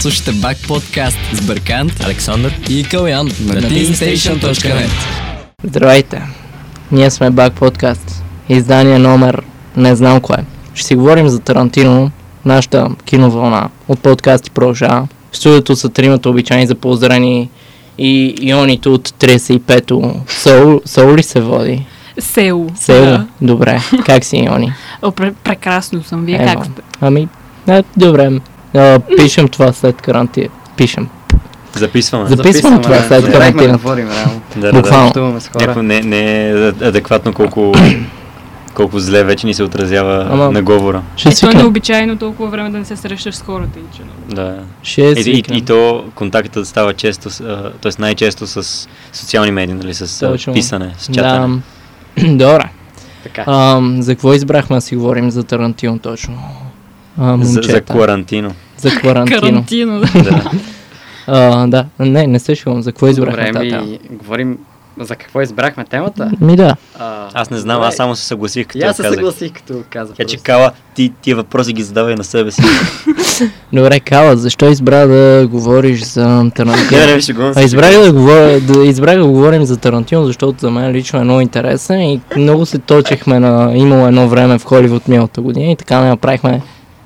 Слушате Бак подкаст с Бъркант Александър, и Калян на teamstation.net. Здравейте! Ние сме Бак Подкаст. Издание номер не знам кое. Ще си говорим за Тарантино, нашата киновълна от подкасти Продължава. В студиото са тримата обичайни за поздравени и ионите от 35-то. Сол, сол ли се води? Сеул. Сел. Да. Добре. Как си, иони? О, пре- прекрасно съм. Вие Ева. как сте? Ами, е, добре. А, пишем това след карантина. Пишем. записваме. Записваме това да, след да, карантината. да говорим, реално. Да, да, да. Буквално. Общуваме с хора. Някакво не, не е адекватно колко, колко зле вече ни се отразява Ама- наговора. Ще Ето е свикнем. необичайно толкова време да не се срещаш с хората. Иначе. Да. Ще Е, и, свикнем. и то контактът става често, с, а, т.е. най-често с социални медии, нали, с а, Точно. писане, с чатане. Да. Добре. Така. Ам, за какво избрахме да си говорим за Тарантино точно? А, за, момчета. за карантино. За карантино. Карантина. да. да. а, да, не, не се шивам. За какво избрахме Добре, тази тема? ми говорим за какво избрахме темата. Ми да. А, Аз не знам, добре. аз само се съгласих, като И я аз се казах. съгласих, като казах. Така че, Кала, ти тия въпроси ги задавай на себе си. Добре, Кала, защо избра да говориш за Не, Тарантино? не, шегувам се. А избрах да, говоря, да, избрах да говорим за Тарантино, защото за мен лично е много интересен и много се точехме на... Имало едно време в Холивуд миналата година и така не направихме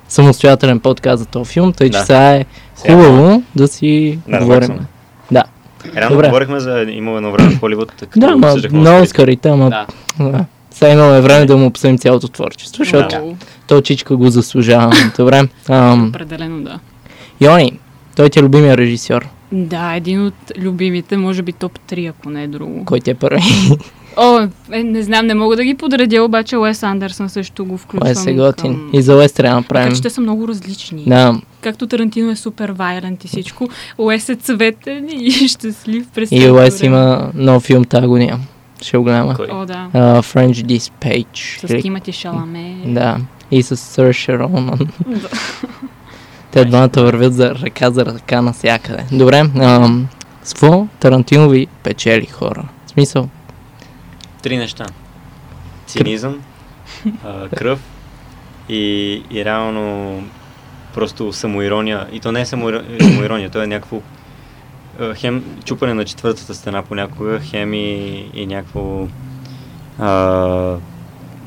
самостоятелен подкаст за този филм, тъй че Да. сега е Сега- хубаво да си говорим. Наваксваме. Да. Рано Добре. говорихме за имало едно време в Холивуд, като Да, ма, обсъждахме на Оскарите. Оскарите, ама Да. да. сега имаме време да му обсъдим цялото творчество, защото Да. О, то чичка го заслужава. Добре. Ам, Определено да. Йони, той ти е любимия режисьор. Да, един от любимите, може би топ 3, ако не е друго. Кой ти е първи? О, е, не знам, не мога да ги подредя, обаче Уес Андерсън също го включвам. Кой е се готин? към- И за Уест трябва да Така направим. че те са много различни. Да, Както Тарантино е супер вайлент и всичко, Уес е цветен и щастлив през и цялото Уест време. има нов филм тази година. Ще го гледаме. Кой? О, да. А, French Dispatch. С или- Тимати Шаламе. Да. И с Сър Шероман. Да. Те двамата вървят за ръка за ръка навсякъде. Добре, ам, с какво Тарантино ви печели хора? В смисъл, Три неща. Цинизъм, а, кръв и, и реално просто самоирония. И то не е самоиро- самоирония, то е някакво а, хем чупане на четвъртата стена понякога, хем и, и някакво а,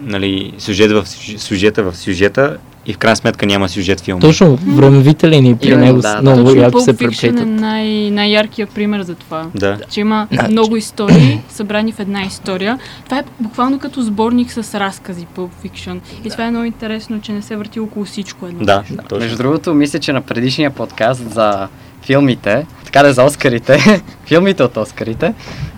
нали, сюжет в сюж- сюжета в сюжета и в крайна сметка няма сюжет филм. Точно времевите линии при Именно, него да, да, да. много Точно яко Pulp се Fiction е преплетат. най- най-яркият пример за това. Да. Че има много истории, събрани в една история. Това е буквално като сборник с разкази Pulp Fiction. И това е много интересно, че не се върти около всичко едно. Да, Между точно. другото, мисля, че на предишния подкаст за филмите, така да е за Оскарите, филмите от Оскарите,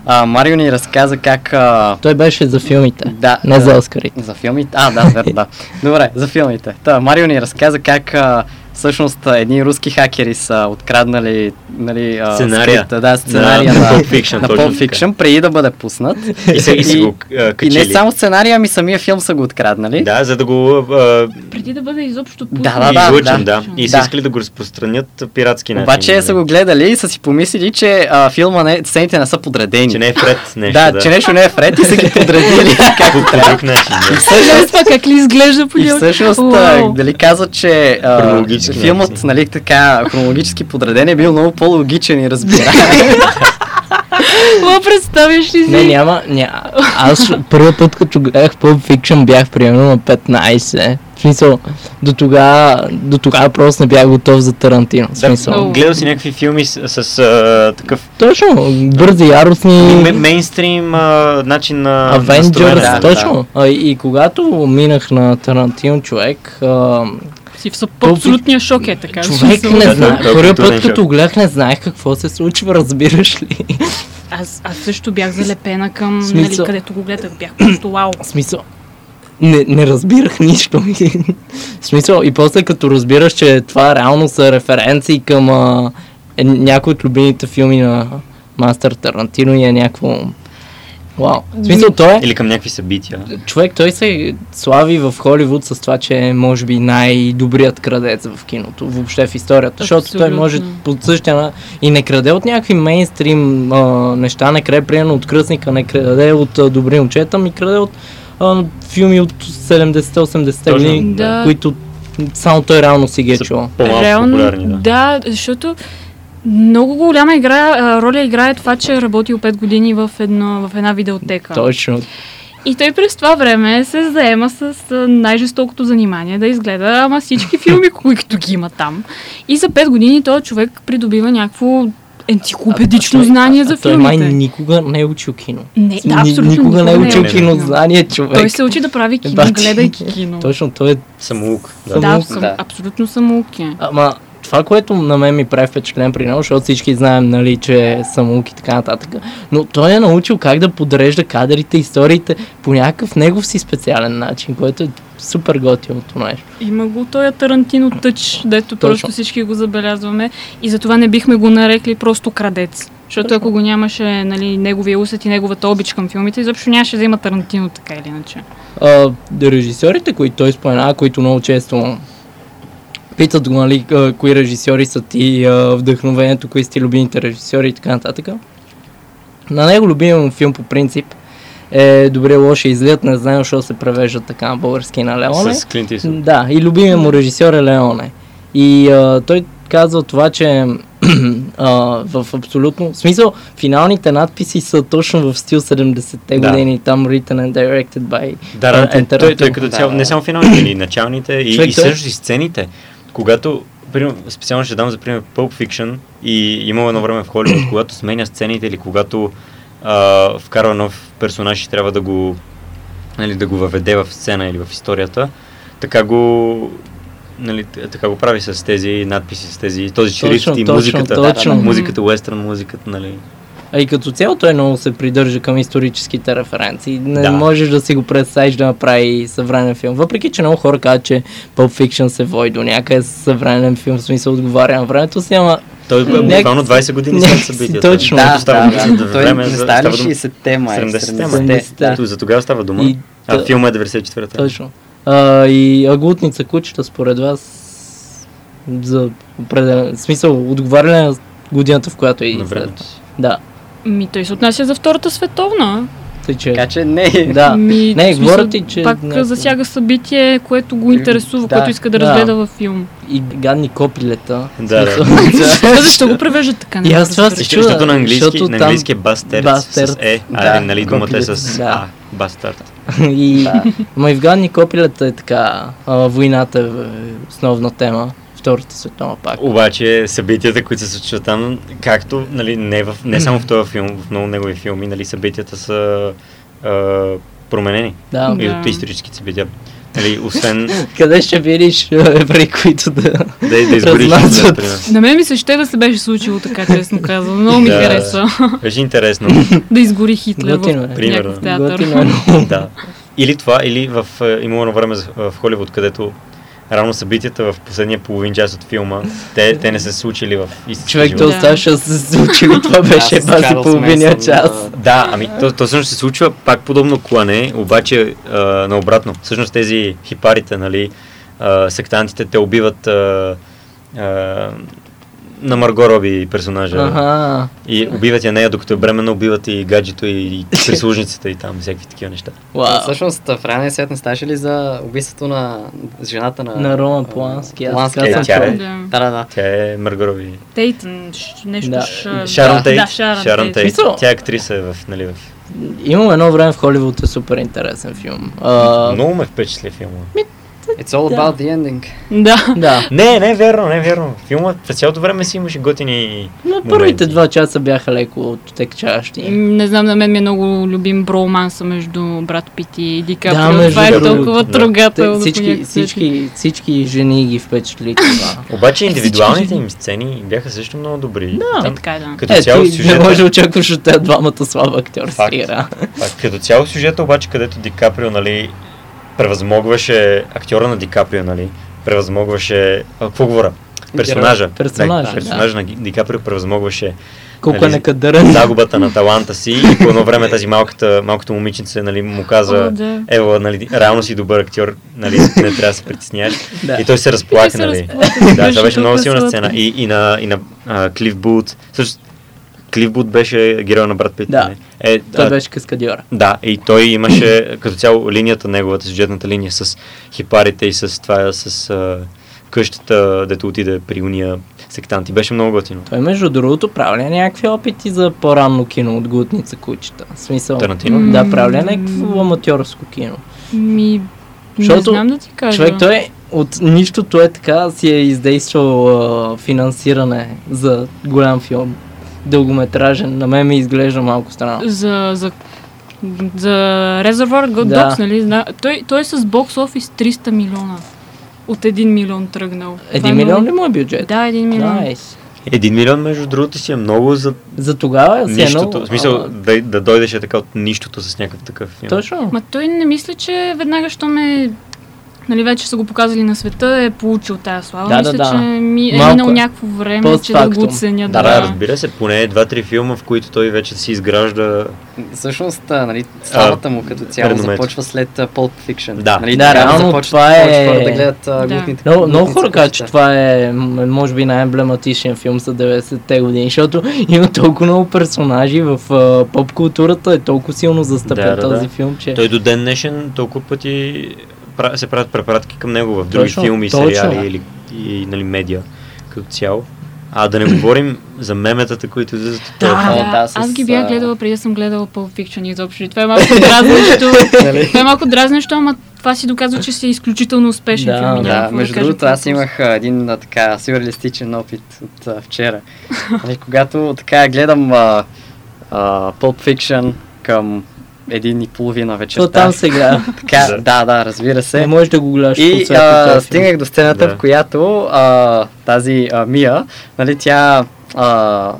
а, Марио ни разказа как... А, Той беше за филмите, да, не а, за Оскарите. За филмите? А, да, верно, да. Добре, за филмите. Та, Марио ни разказа как а, всъщност а, едни руски хакери са откраднали нали, а, Сценария. скрипта, да, сценария На- на, на Pulp Fiction, на точно Pulp така. Fiction, преди да бъде пуснат. И са, и са го а, и качили. не само нали? сценария, ами самия филм са го откраднали. Да, за да го а, Преди да бъде изобщо пуснат. Да, да, да, излъчен, да, да. И са Да. искали да го разпространят пиратски начин. Обаче нали? са го гледали и са си помислили, че а, филма не, сцените не са подредени. Че не е Фред нещо. да, че нещо не е вред и са ги подредили. По, по друг начин, да. Гледай това Е, как ли изглежда по И всъщност, е а, Уау. дали каза, че а, Хронологически филмът, начин. нали, така, хронологически подреден е бил много по-логичен и разбира. Какво представяш ли си? Не, няма, няма. Аз първият път, като гледах Pulp Fiction, бях примерно на 15. В смисъл, до тогава, до тогава просто не бях готов за Тарантино. В смисъл. много. Гледал си някакви филми с, с а, такъв Точно, бързи, яростни. ме- мейнстрим а, начин на Avengers, настроение. да, да. точно. А, и, и когато минах на Тарантино човек, а, Си в съп- абсолютния шок е така. човек смисъл. Да, не да, знае. да, Първият културен път, шок. като гледах, не знаех какво се случва, разбираш ли? Аз, аз също бях залепена към, нали, Смисъл. където го гледах. Бях просто вау. В смисъл, не, не разбирах нищо. в смисъл, и после като разбираш, че това реално са референции към а, е, някои от любимите филми на Мастер Тарантино и е някакво... Вау. В смисъл, той е... Или към някакви събития. Човек, той се слави в Холивуд с това, че е, може би, най-добрият крадец в киното, въобще в историята. Защото той Абсолютно. може по същия на... и не краде от някакви мейнстрим а, неща, не краде примерно от Кръсника, не краде от а, Добри ами момчета, ми краде от а, филми от 70-80-те Точно. години, Да. които само той реално си ги е Са- чувал. По-малко популярни, да. да. защото много голяма игра, а, роля играе това, че е работил 5 години в, едно, в една видеотека. Точно. И той през това време се заема с а, най-жестокото занимание да изгледа ама всички филми, които ги има там. И за 5 години този човек придобива някакво енциклопедично А- а той- знание а- а за Той май филмите. никога не е учил кино. Не, да, Ни- абсолютно никога не е учил е кино кино. знание, човек. Той се учи да прави кино, Да, ти- гледайки кино. Точно, той е... Самоук. Да. Сам- Да, самоук, абсол... да. абсолютно самоуки. е. Ама това, което на мен ми прави впечатлен при него, защото всички знаем, нали, че е самоук и така нататък, но той е научил как да подрежда кадрите, историите по някакъв негов си специален начин, което е супер готиното нещо. Има го този Тарантино тъч, дето Точно. просто всички го забелязваме и затова не бихме го нарекли просто крадец. Защото ако го нямаше нали, неговия усет и неговата обич към филмите, изобщо нямаше да има Тарантино така или иначе. а, режисьорите, които той споменава, които много често питат го, нали, а, кои режисьори са ти, а, вдъхновението, кои са ти любимите режисьори и така нататък. На него любимия му филм по принцип е Добре, лоши излият, не знам защо се превежда така на български на Леоне. С Клинт Исуд. Да, и любимия му режисьор е Леоне. И а, той казва това, че а, в абсолютно... В смисъл, финалните надписи са точно в стил 70-те Да. години, там written and directed by Да, да, е, Тарантино. той, той като Да, цяло, да. не само финалите, и началните, и, Човек, и той- също и сцените. Когато, примерно, специално ще дам за пример Pulp Fiction и имало едно време в Холивуд, когато сменя сцените или когато а, вкарва нов персонаж и трябва да го, нали, да го въведе в сцена или в историята, така го нали, т- така го прави с тези надписи, с тези, този Точно, шрифт и точно, музиката, точно. музиката, уестърн музиката, нали. А и като цяло той много се придържа към историческите референции. Не Да. можеш да си го представиш да направи съвременен филм. Въпреки, че много хора казват, че Pulp Fiction се води до някъде с съвременен филм, в смисъл отговаря на времето си, ама Той е буквално 20 години след някакси събитията. точно. Защото Да, става да, дума за да. Той време не за- става ли става дума- 60-те май? 70-те, май. 70-те, да. Ето, за тогава става дума. И- а да. филма е 94-та. точно. А, и агутница кучета според вас за определен в смисъл отговаря ли на годината, в която е На след. времето. Да, Ми той се отнася за Втората световна. тъй че... Така че не. Да. Ми, Не, в смисъл, говоря ти, че Пак някакво- засяга събитие, което го интересува, Да, което иска да, да. разгледа във филм. И гадни копилета. Да, да. Смисъл- А защо го превеждат така? Не И мога аз да това разбера. се Защо- Защото на английски, Защото на там- английски е бастер с Bastard. е, а Да. е, нали думата е с Да. а, бастард. И Да. Ма и в Гадни копилета е така. А, войната е основна тема. Втората световна пак. Обаче събитията, които се случват там, както нали, не, в, не само в този филм, в много негови филми, нали, събитията са а, променени Да. и Да. от историческите събития. Нали, освен Къде ще видиш а, евреи, които да... да, да избориш, Разнасят. например. На мен ми се ще да се беше случило така, честно казвам. Много ми Да. хареса Беше интересно. да изгори Хитлер в Готино е. Примерно. някакъв театър. Готино е. да. Или това, или в, е, имало едно време за- в Холивуд, където равно събитията в последния половин час от филма, те, те не са се случили в истински Човек, живот. то Да. оставаше да се случи, но това беше Аз с бази Карлс половиния Менсън, час. Да, ами то, то всъщност се случва пак подобно клане, обаче а, наобратно. Всъщност тези хипарите, нали, а, сектантите, те убиват а, а, на Марго Роби персонажа. Аха. И убиват я нея, докато е бременна, убиват и гаджето и, и прислужницата и там всякакви такива неща. Вау. Всъщност, в реалния свят не ставаше ли за убийството на жената на... На Рома а, Полански, аз Полански, така да. съм Тя е. чул. Да. Да, да, да. Тя е Марго Роби. Тейтън, ш- нещо Да. ш- Шарон да, Тейт. Да, Шарон, Тейт. Тейт. Мисля- Тя е актриса е в, нали, в... Имам едно време в Холивуд е супер интересен филм. А, Много ме впечатли филма. It's all about the ending. Да. Да. Не, не е вярно, не е вярно. Филмът през цялото време си имаше готини... Но моменти. първите два часа бяха леко оттекчаващи. М, Не знам, на мен ми е много любим броманса между брат Пит и Ди Да, Каприо. между Това е другото, толкова да. Те- трогателно. по Всички, някакъв начин. всички, всички жени ги впечатли това. Обаче индивидуалните всички им сцени бяха също много добри. Е, Там, така е, да. като цяло ти не сюжета... може да очакваш от тези двамата слаба актьорска Факт. игра. А, като цяло сюжета обаче, където Ди Каприо, нали, превъзмогваше актьора на Ди Каприо, нали, превъзмогваше... А, какво говоря? Персонажа. Персонажа, Да, персонажа на Ги- Ди Каприо превъзмогваше Колко е Нали, некадърен. загубата на таланта си и по едно време тази малката, малката момиченце нали, му О, каза да. Ева, нали, реално си добър актьор, нали, не трябва да се притесняваш. Да. И той се И разплака, той се нали. разплака, Да, беше това беше много толкова силна сладко. сцена. И, и на, и на а, Клиф Бут. Също, Клиф Бут беше героя на Брат Пит. Да. нали? Е, Той а, беше каскадьора. Да, и той имаше като цяло линията, неговата бюджетната линия с хипарите и с това, с а, къщата, дето отиде при уния сектанти. Беше много готино. Той между другото правля някакви опити за по-ранно кино от Глутница кучета. В смисъл, Тарантино? да, правля някакво аматьорско кино. Ми, не Защото знам да ти кажа. Човек, той е- от нищото е така си е издействал а, финансиране за голям филм. Дългометражен. На мен ми изглежда малко странно. За, за, за Reservoir Go Да. Dogs, нали? Зна... Той, той е с бокс офис 300 милиона. От 1 милион тръгнал. Това е Един милион много- ли му е бюджет? Да, 1 милион. Найс. Един милион, между другото, си е много за За тогава си е едно... нищото. В смисъл, а, да, да дойдеш е така от нищото с някакъв такъв филм. Точно. Ма той не мисля, че веднага, що ме нали, вече са го показали на света, е получил тази слава. Да, да, мисля, да. че ми е Малко минало е. някакво време, че да Постфактум. го оценя. Да, да, разбира се, поне два-три филма, в които той вече си изгражда. Всъщност, а, нали, славата му като цяло реномето. започва след а, Pulp Fiction. Да. нали, Да, тогава реално започват това повече е- хора да гледат Да. да. глутните. Много, много хора казват, че това е м- може би най-емблематичният филм за 90-те години, защото има толкова много персонажи в а, поп-културата, е толкова силно застъпен Да, да, да. този филм, че... Той до ден днешен толкова пъти пра- се правят препратки към него в други Точно, филми, точно. сериали или и, нали, медиа като цяло. А да не говорим за меметата, които излизат от този Да, Да, филм. да, да, да, е с, аз ги бях а, гледала преди да съм гледала Pulp Fiction изобщо. И това е малко дразнещо. Нали? това е малко дразнещо, ама това си доказва, че си изключително успешен Да, филм. няма Да, какво между кажем другото, по аз въпроса. имах а, един а, така сюрреалистичен опит от а, вчера. Нали, когато така гледам а, а, Pulp Fiction към един и половина То вечерта. там сега. Така, Да. да, да, разбира се. Не можеш да го гледаш по И цвета този а, филм. стигнах до сцената, Да. в която а, тази а, Мия, нали, тя а,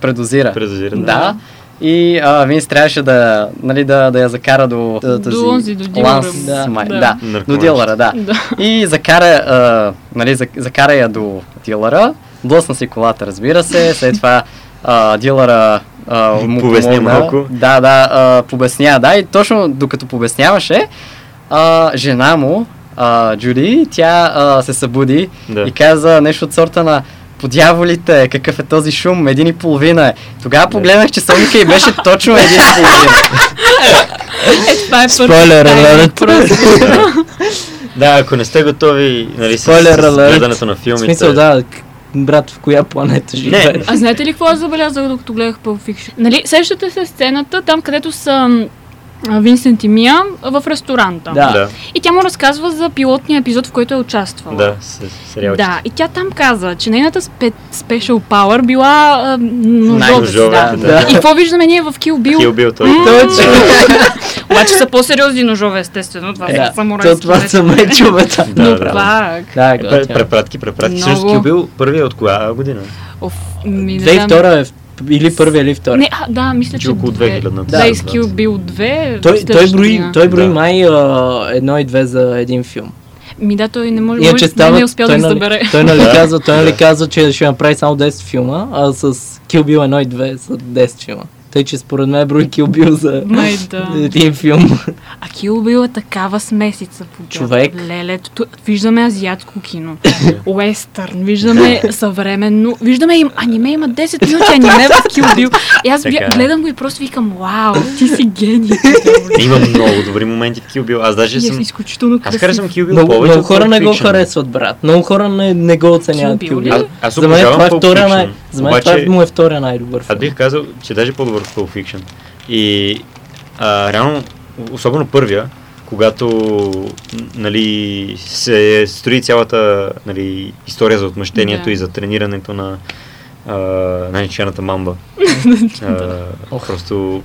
предозира. Предозира, да. Да. И а, Винс трябваше да, нали, да, да я закара до, До онзи, до дилъра. Ланс, Да. да. Май, Да. да. да. До Наркоманчета. дилъра, да. Да. И закара, а, нали, зак- закара я до дилъра, блъсна си колата, разбира се, след това а, дилъра а, му Побесня помогна. малко. Да, да, а, побесня, да, и точно докато побесняваше, а, жена му, а, Джуди, тя а, се събуди Да. и каза нещо от сорта на Подяволите, какъв е този шум, един и половина е. Тогава погледнах часовника и беше точно един и половина. Е, това е Спойлер алерт. Да, ако не сте готови нали, с, Спойлер с алерт. гледането на В филмите. смисъл, да, к- брат, в коя планета живееш? А знаете ли какво аз забелязах, докато гледах Pulp Fiction? Нали, сещате се сцената, там където са м, а, Винсент и Мия а, в ресторанта. Да. да, И тя му разказва за пилотния епизод, в който е участвала. да, е с, с сериалите. Да, и тя там каза, че нейната спе- special power била а, ножовец. Да. Най-ножовете, да. Да. И какво виждаме ние в Kill Bill? Kill Bill, той. Точно. Обаче са по-сериозни ножове, естествено. Това Е, Да. са само То райски това вече. са мечовете. Да, Но да, да. пак... Да, Е, пре- Препратки, препратки. Много. Също Kill Bill първият е от коя година? Оф, ми не знам. 2002 е в- или първи, или втори. Не, а, да, мисля, че... Че около две. 2000-та. Да, Да. и с Kill Bill Той, 2. той следващата брои, година. той брои Да. май а, едно и две за един филм. Ми да, той не може... Иначе може става- не е успял да той, ги нали, събере. Той нали Да. казва, той нали Да. казва, че ще направи само 10 филма, а с Kill Bill 1 и 2 са 10 филма. Тъй, че според мен брои Kill Bill за Май да. един филм. А Kill Bill е такава смесица. по Човек. Леле, ту- виждаме азиатско кино, уестърн, виждаме съвременно, виждаме им аниме, има 10 минути аниме в Kill Bill. И аз Така бя, е. гледам го и просто викам, вау, ти си гений. Има много добри моменти в Kill Bill. Аз даже Ти си съм... изключително Аз красив. харесвам Kill Bill Много, повече много от хора Pulp не го Fiction. харесват, брат. Много хора не, не го оценяват Kill Bill Kill ли? Bill. А- Аз За мен това обожавам е Pulp втория най... Fiction. За мен това е Обаче му е втория най-добър аз филм. бих казал, че даже по-добър в Pulp Fiction. И а, реално, особено първия, когато н- нали, се строи цялата нали, история за отмъщението Да. и за тренирането на а, най-чената мамба. а, просто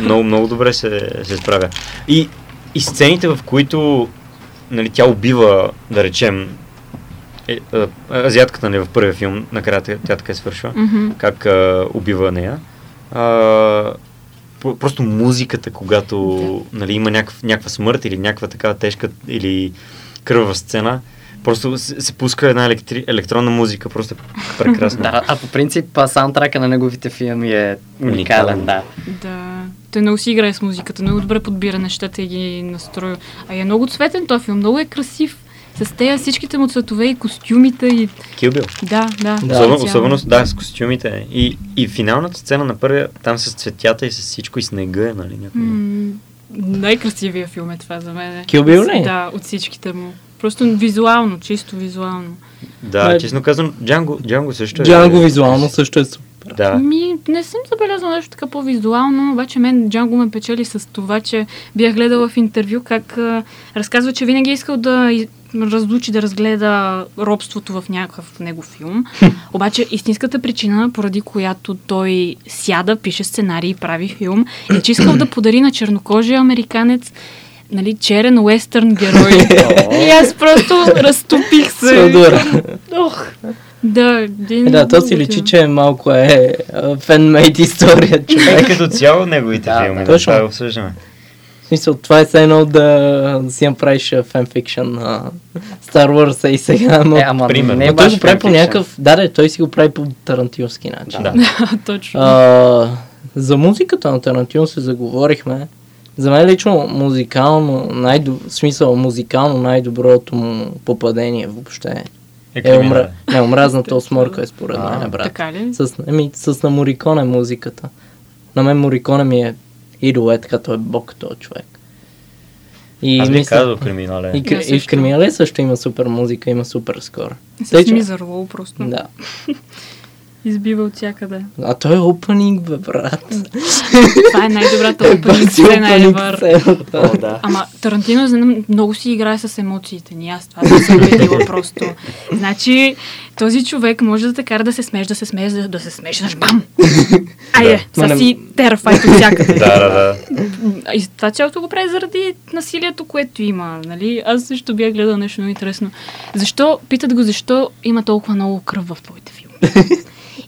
много, много добре се, се справя. И, и сцените, в които нали, тя убива, да речем, е, а, азиатката нали, в първия филм, накрая тя, тя така е свършва Мгм. как а, убива нея. А, про- просто музиката, когато нали, има някакъв, някаква смърт или някаква така тежка или кръва сцена, просто се, се пуска една електри, електронна музика, просто е прекрасно. Да, а по принцип а, саундтрака на неговите филми е уникален, Уникален. да. Да. Той много си играе с музиката, много добре подбира нещата и ги настрои. А е много цветен този филм, много е красив. с тея всичките му цветове и костюмите и... Килбил. Да, да. Да, Особено, специално. особено с- да, с костюмите. И, и финалната сцена на първия, там с цветята и с всичко, и снега е, нали? Някой. М, най-красивия филм е това за мен. Kill Bill ли? Да, от всичките му. Просто визуално, чисто визуално. Да, Ма- честно казвам, Джанго, Джанго също е. Джанго визуално също е супер. Да. Ми, не съм забелязала нещо така по-визуално, обаче мен Джанго ме печели с това, че бях гледала в интервю как а, разказва, че винаги е искал да и- разлучи, да разгледа робството в някакъв негов филм. Обаче истинската причина, поради която той сяда, пише сценарий и прави филм, е, че искал да подари на чернокожия американец нали, черен уестърн герой. И аз просто разтопих се. Теодора. Ох, да, един Е, Да, то си много личи, готин. че малко е фенмейт история, Е човек. като цяло неговите Да, филми, да. да, Точно. това обсъждаме. В смисъл, това е все едно да, да си направиш а, фенфикшън на Star Wars а и сега, но... Е, ама примерно. не но е той баш го прави по fanfiction. някакъв... Да, да, той си го прави по тарантински начин. Да. Точно. А, за музиката на Тарантино се заговорихме. За мен лично музикално, най в смисъл музикално най-доброто му попадение въобще е, криминал. омра... не, омразната осморка е според А, мен, брат. така ли? С, ами, с на Мориконе музиката. На мен Мориконе ми е идол, е така, той е бог, този човек. И Аз бих казал е. криминален. и, Да, кри- и в също. Криминале също има супер музика, има супер скор. С мизърло просто. Да. Избива от всякъде. А той е опенинг, бе, брат. Това е най-добрата опенинг Бати сцена опенинг ever. сцената. О, да. Ама Тарантино за мен много си играе с емоциите ни. Аз това не съм видела просто. Значи, този човек може да те кара да се смееш, да се смееш, да, да се смееш, Значи, бам! Айде, Ма не- сега си терафайт от всякъде. Да, да, да. А И това цялото го прави заради насилието, което има. Нали? Аз също бях гледал нещо много интересно. Защо, питат го, защо има толкова много кръв в твоите филми?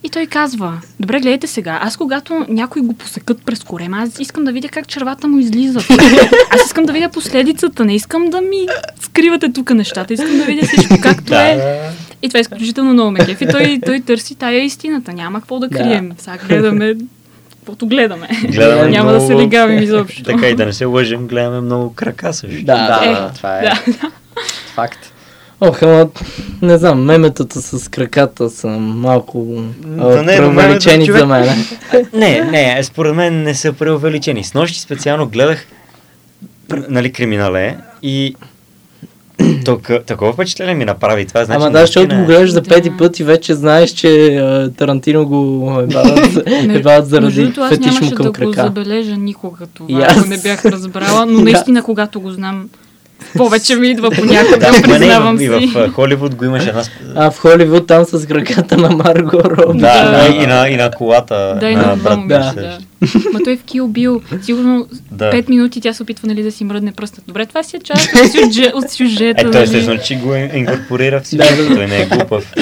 И той казва, добре, гледайте сега, аз когато някой го посекат през корема, аз искам да видя как червата му излизат. Аз искам да видя последицата, не искам да ми скривате тук нещата, искам да видя всичко както Да, е. да. И това е изключително много ме кефи. Той, той търси тая истината. Няма какво да Да. крием. Сега гледаме, каквото гледаме. Гледаме Няма да се много- лигавим изобщо. Така и да не се лъжем, гледаме много крака също. Да, Да, да. да, това е Да. факт. Ох, ама, не знам, меметата с краката са малко да не, а, но преувеличени мемето, човек. Значи за мен. Не, не, е, според мен не са преувеличени. С нощи специално гледах нали, криминале и тока- такова впечатление ми направи това. Значи, Ама да, защото наистина го е. гледаш за Да. пети път и вече знаеш, че а, Тарантино го ебават, Между- ебават между заради другото, аз фетиш му нямаше към да го крака. забележа никога И това, аз. ако не бях разбрала, но И наистина, аз. когато го знам, повече ми идва понякога, Да, в мене и признавам в, си. и в а, Холивуд го имаше една... с- А в Холивуд там с краката на Марго Роби. Да, Да. да, и на, и на колата Да, и на на два брат ми момичета, да. също. Ма той е в Kill Bill. Сигурно Да. 5 минути тя се опитва нали, да си мръдне пръстът. Добре, това си е част от, сюжет, от сюжета. Е, той нали. естествено, че го ин- инкорпорира всичко, Да, да, да. той не е глупав.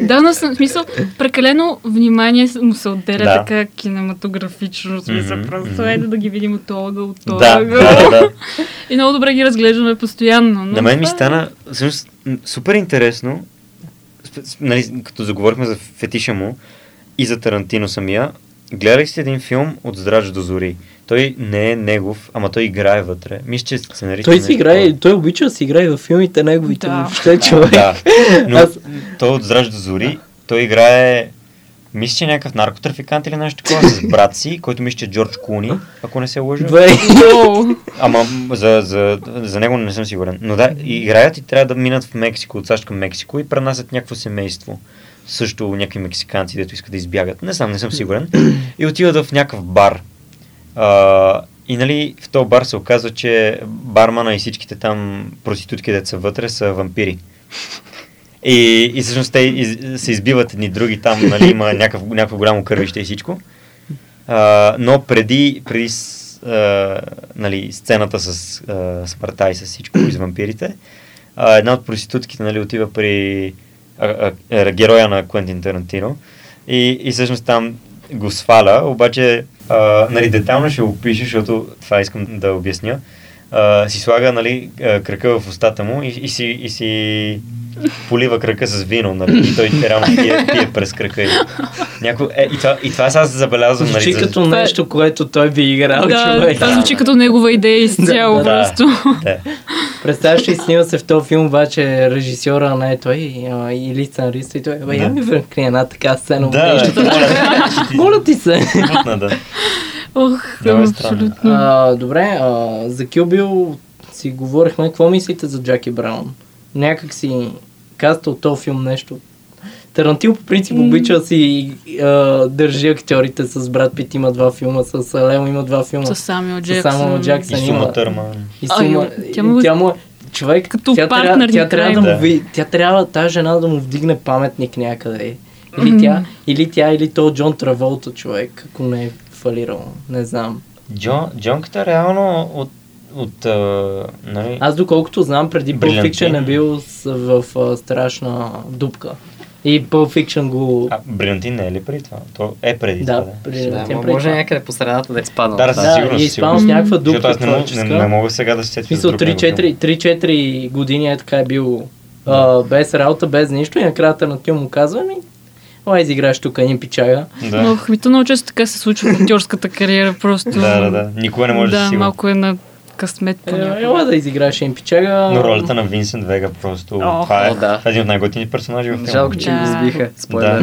Да, но съм- в смисъл, прекалено внимание му се отделя Да. така кинематографично. В смисъл, Мгм, просто мгм. ето да ги видим от този ъгъл, от този да, ъгъл. да, да, да. И много добре ги разглеждаме постоянно. но На мен ми това е- стана всъщност, м, супер интересно, сп- с- нали, като заговорихме за фетиша му и за Тарантино самия, гледах си един филм от Здрач до Зори. Той не е негов, ама той играе вътре. Мисля, че е сценарист. Той си играе, той обича да си играе във филмите неговите Да. въобще човек. нали, Да. Но Аз- той от Здрач до Зори, той играе мисля, че е някакъв наркотрафикант или нещо такова с брат си, който мисля, че е Джордж Куни, ако не се лъжа. Бе, Уау. Ама м, за, за, за него не съм сигурен. Но да, и играят и трябва да минат в Мексико, от САЩ към Мексико и пренасят някакво семейство. Също някакви мексиканци, дето искат да избягат. Не знам, не съм сигурен. И отиват в някакъв бар. А, и нали, в този бар се оказва, че бармана и всичките там проститутки, деца са вътре, са вампири. И, и всъщност те из, се избиват едни други там, нали, има някакъв, някакво голямо кървище и всичко. А, но преди, преди с, а, нали, сцената с а, смъртта и с всичко и с вампирите, а, една от проститутките нали, отива при а, а, а, героя на Куентин Тарантино и, и всъщност там го сваля, обаче а, нали, детално ще опиша, защото това искам да обясня. А, си слага нали, а, крака в устата му и, и, си, и си полива крака с вино, нали? И той реално пие, пие през крака. И, някой, е, и, това, и това сега се забелязвам. нали, Звучи за- като Това е- нещо, което той би играл да, човек. това звучи като негова идея изцяло Да. просто. Да. Представяш ли, снима се в този филм, обаче режисьора, не е той, а, или сценарист, и той, бе, я Да. ми въркни една така сцена, Да, убиеш ли?" моля ти се. Мутна, да. Ох, Много е странно. абсолютно. А, добре, а, за Kill Bill си говорихме. Какво мислите за Джаки Браун? Някак си казвате от този филм нещо. Тарантил по принцип М. обича да си а, държи актьорите с Брат Пит има два филма, с Лео има два филма. С Самюел С Джексън. Самуел И Джексън сума има. търма. И Ай, сума, тя му- тя му е- човек, Като тя, трябва, партнер ни тя трябва да му край. ви, тя трябва, тази жена да му вдигне паметник някъде. Или тя, или тя, или то Джон Траволта човек, ако не е фалирал. Не знам. Джон, Джонката реално от... от а, нали? Аз доколкото знам, преди Pulp Брилянтин. Fiction е бил с- в а, страшна дупка. И Pulp Fiction го... А, Брилянтин не е ли преди това? То е преди това, да, да. преди Да, да, ма може някъде по средата да е спаднал. Да, да, със да, сигурност, и със изпадна в сигурност. някаква Защото дупка аз не, мога- не, творческа. не мога сега да се В сетя смисъл за друг негов 3-4, 3-4 години е така е бил а, без работа, без нищо и накрая Тарантил му казва ми Ой, изиграш тук един пичага. филм. Да. Ох, ми то много често така се случва в актьорската кариера, просто... да, да, да. Никога не може да си Да, сигурен. малко е на късмет Е, понякога. Ела да изиграш един пичага. Но ролята на Винсент Вега просто... Ох, това е о, да. това е един от най-готините персонажи в филма. Жалко, че го Да. избиха. Да. Спойлер.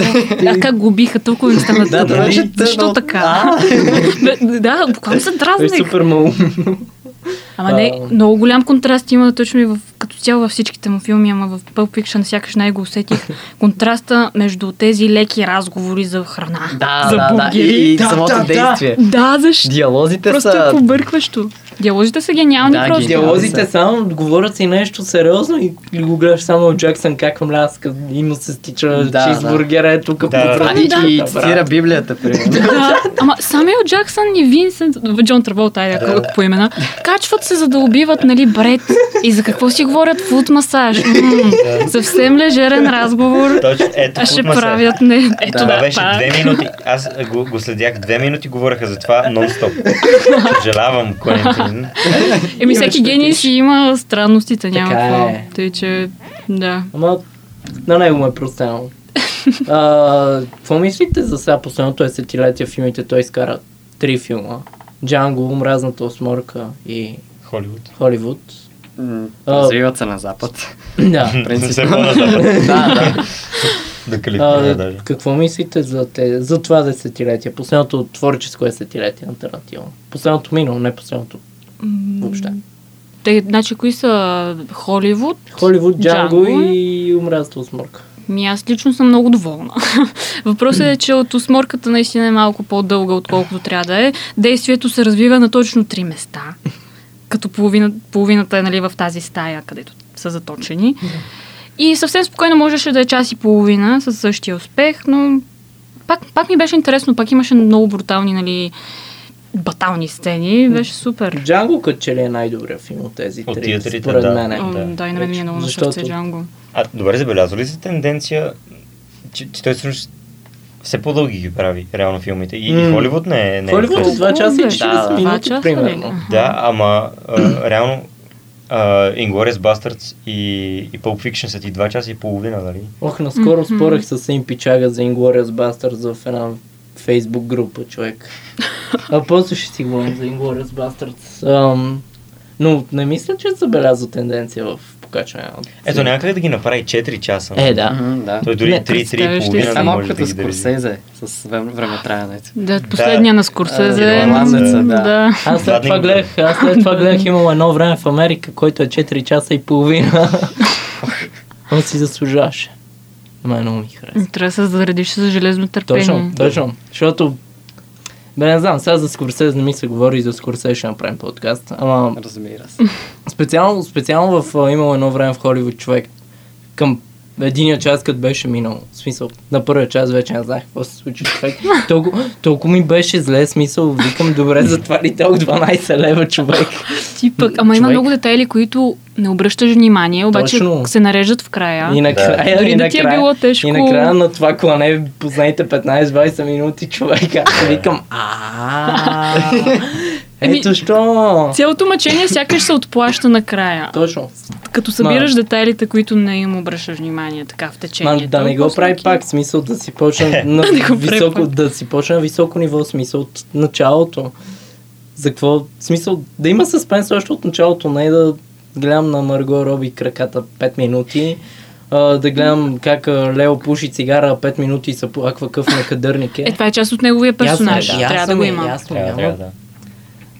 е, А как го биха, толкова им стана Да, трудно. даже те, Защо но- така? Да, Да, буквално се Е дразнех. супер малум. Ама не, А. много голям контраст има точно и в, като цяло във всичките му филми, ама в Pulp Fiction сякаш най го усетих. Контраста между тези леки разговори за храна. Да, за да, да. И, бургери. и самото да, да. действие. Да, защо? Диалозите Просто са... е побъркващо. Диалозите са гениални Да, просто. ги- Диалозите само говорят си нещо сериозно и и го гледаш само от Джексън как мляска и му се стича Да, чизбургера е тук. Да, А, Ами и, да. и цитира Библията, примерно. Да, ама Самюел Джаксън и Винсент, Джон Траволта, айде, ако по имена, качват се за да убиват, нали, Бред. И за какво си говорят фуд масаж? М, Съвсем лежерен разговор. Точно, е- ето А ще футмаса. правят не. Ето Това да, беше пак. две минути. Аз го, го следях две минути, говореха за това нон-стоп. Съжалявам, Куентин. Еми, всеки гений си има странностите, няма Така какво. е. Тъй, че да. Ама на него му е простено. А, Какво мислите за сега последното десетилетие филмите? Той изкара три филма. Джанго, Мразната осморка и Холивуд. Холивуд. М, А. Развиват се на запад. Да. принцип. Все по-назад. да, да. До Калифорния А, даже. какво мислите за, те, за това десетилетие? Последното творческо десетилетие на Тарантино. Последното минало, не последното М, въобще. Те, значи, кои са Холивуд? Холивуд, Джанго Джанго. и Омразата осморка. Ми аз лично съм много доволна. Въпросът е, че от осморката наистина е малко по-дълга, отколкото трябва да е. Действието се развива на точно три места. Като половина, половината е нали, в тази стая, където са заточени. И съвсем спокойно можеше да е час и половина със същия успех, но пак, пак ми беше интересно, пак имаше много брутални, нали, батални сцени. Беше супер. Джанго като че ли е най-добрият филм от тези три, От тия трите, според да. мен. О, да. да, и на мен ми е много на Защото- сърце Джанго. А, добре, забелязали ли си тенденция, че, че той всъщност все по-дълги ги прави, реално филмите. И, и М. Холивуд не е... Не е Холивуд лесен. е 2 часа и Да, 40 да. минути, Два часа нали? ли? примерно. Да, ама а, реално а, Inglourious Bastards и, и Pulp Fiction са ти 2 часа и половина, нали? Ох, наскоро Мгм. спорих с един пичага за Inglourious Bastards в една фейсбук група, човек. А после ще си говорим за Inglourious Bastards. Ам, но не мисля, че забелязва тенденция в покачване. на Ето някъде да ги направи 4 часа. Е, да. М, да. Той дори 3-3 Не, и представяш ли половина си? Е не малко може като да ги държи. Скорсезе с време- времетраенето. Да, последния на Скорсезе. ирландеца, да. да. Аз след това Задник. гледах, аз след това гледах, имало едно време в Америка, който е 4 часа и половина. Он си заслужаваше. На мен много ми хареса. Трябва да се заредиш с железно търпение. Точно, точно. Защото, бе не знам, сега за Скорсез не ми се говори и за Скорсез ще направим подкаст. Ама Разбира се. специално, специално в, а, имало едно време в Холивуд човек към единия час, като беше минал. В смисъл, на първия час вече не знаех какво се случи човек. Толкова, толкова ми беше зле смисъл. Викам, добре, затова ли толкова 12 лева човек? Ти пък, ама има Човек. много детайли, които не обръщаш внимание, обаче Точно. се нареждат в края. И накрая, Дори и да ти е накрая- било тежко. И накрая на това клане последните 15-20 минути човека. Аз викам, а Еми, Ето що. Цялото мъчение сякаш се отплаща накрая. Точно. Като събираш детайлите, които не им обръщаш внимание така в Ма, течението. да не го После прави окей. пак, смисъл да си почне на Да не го прави високо, пак. да си почне на високо ниво, смисъл от началото. За какво? В смисъл, да има съспенс още от началото, не да гледам на Марго Роби краката 5 минути, а, да гледам как а, Лео пуши цигара 5 минути и се плаква къв на кадърник Е, това е част от неговия персонаж. Ясно е, Трябва ясно да го е, има. Ясно, Трябва, няма. трябва, да.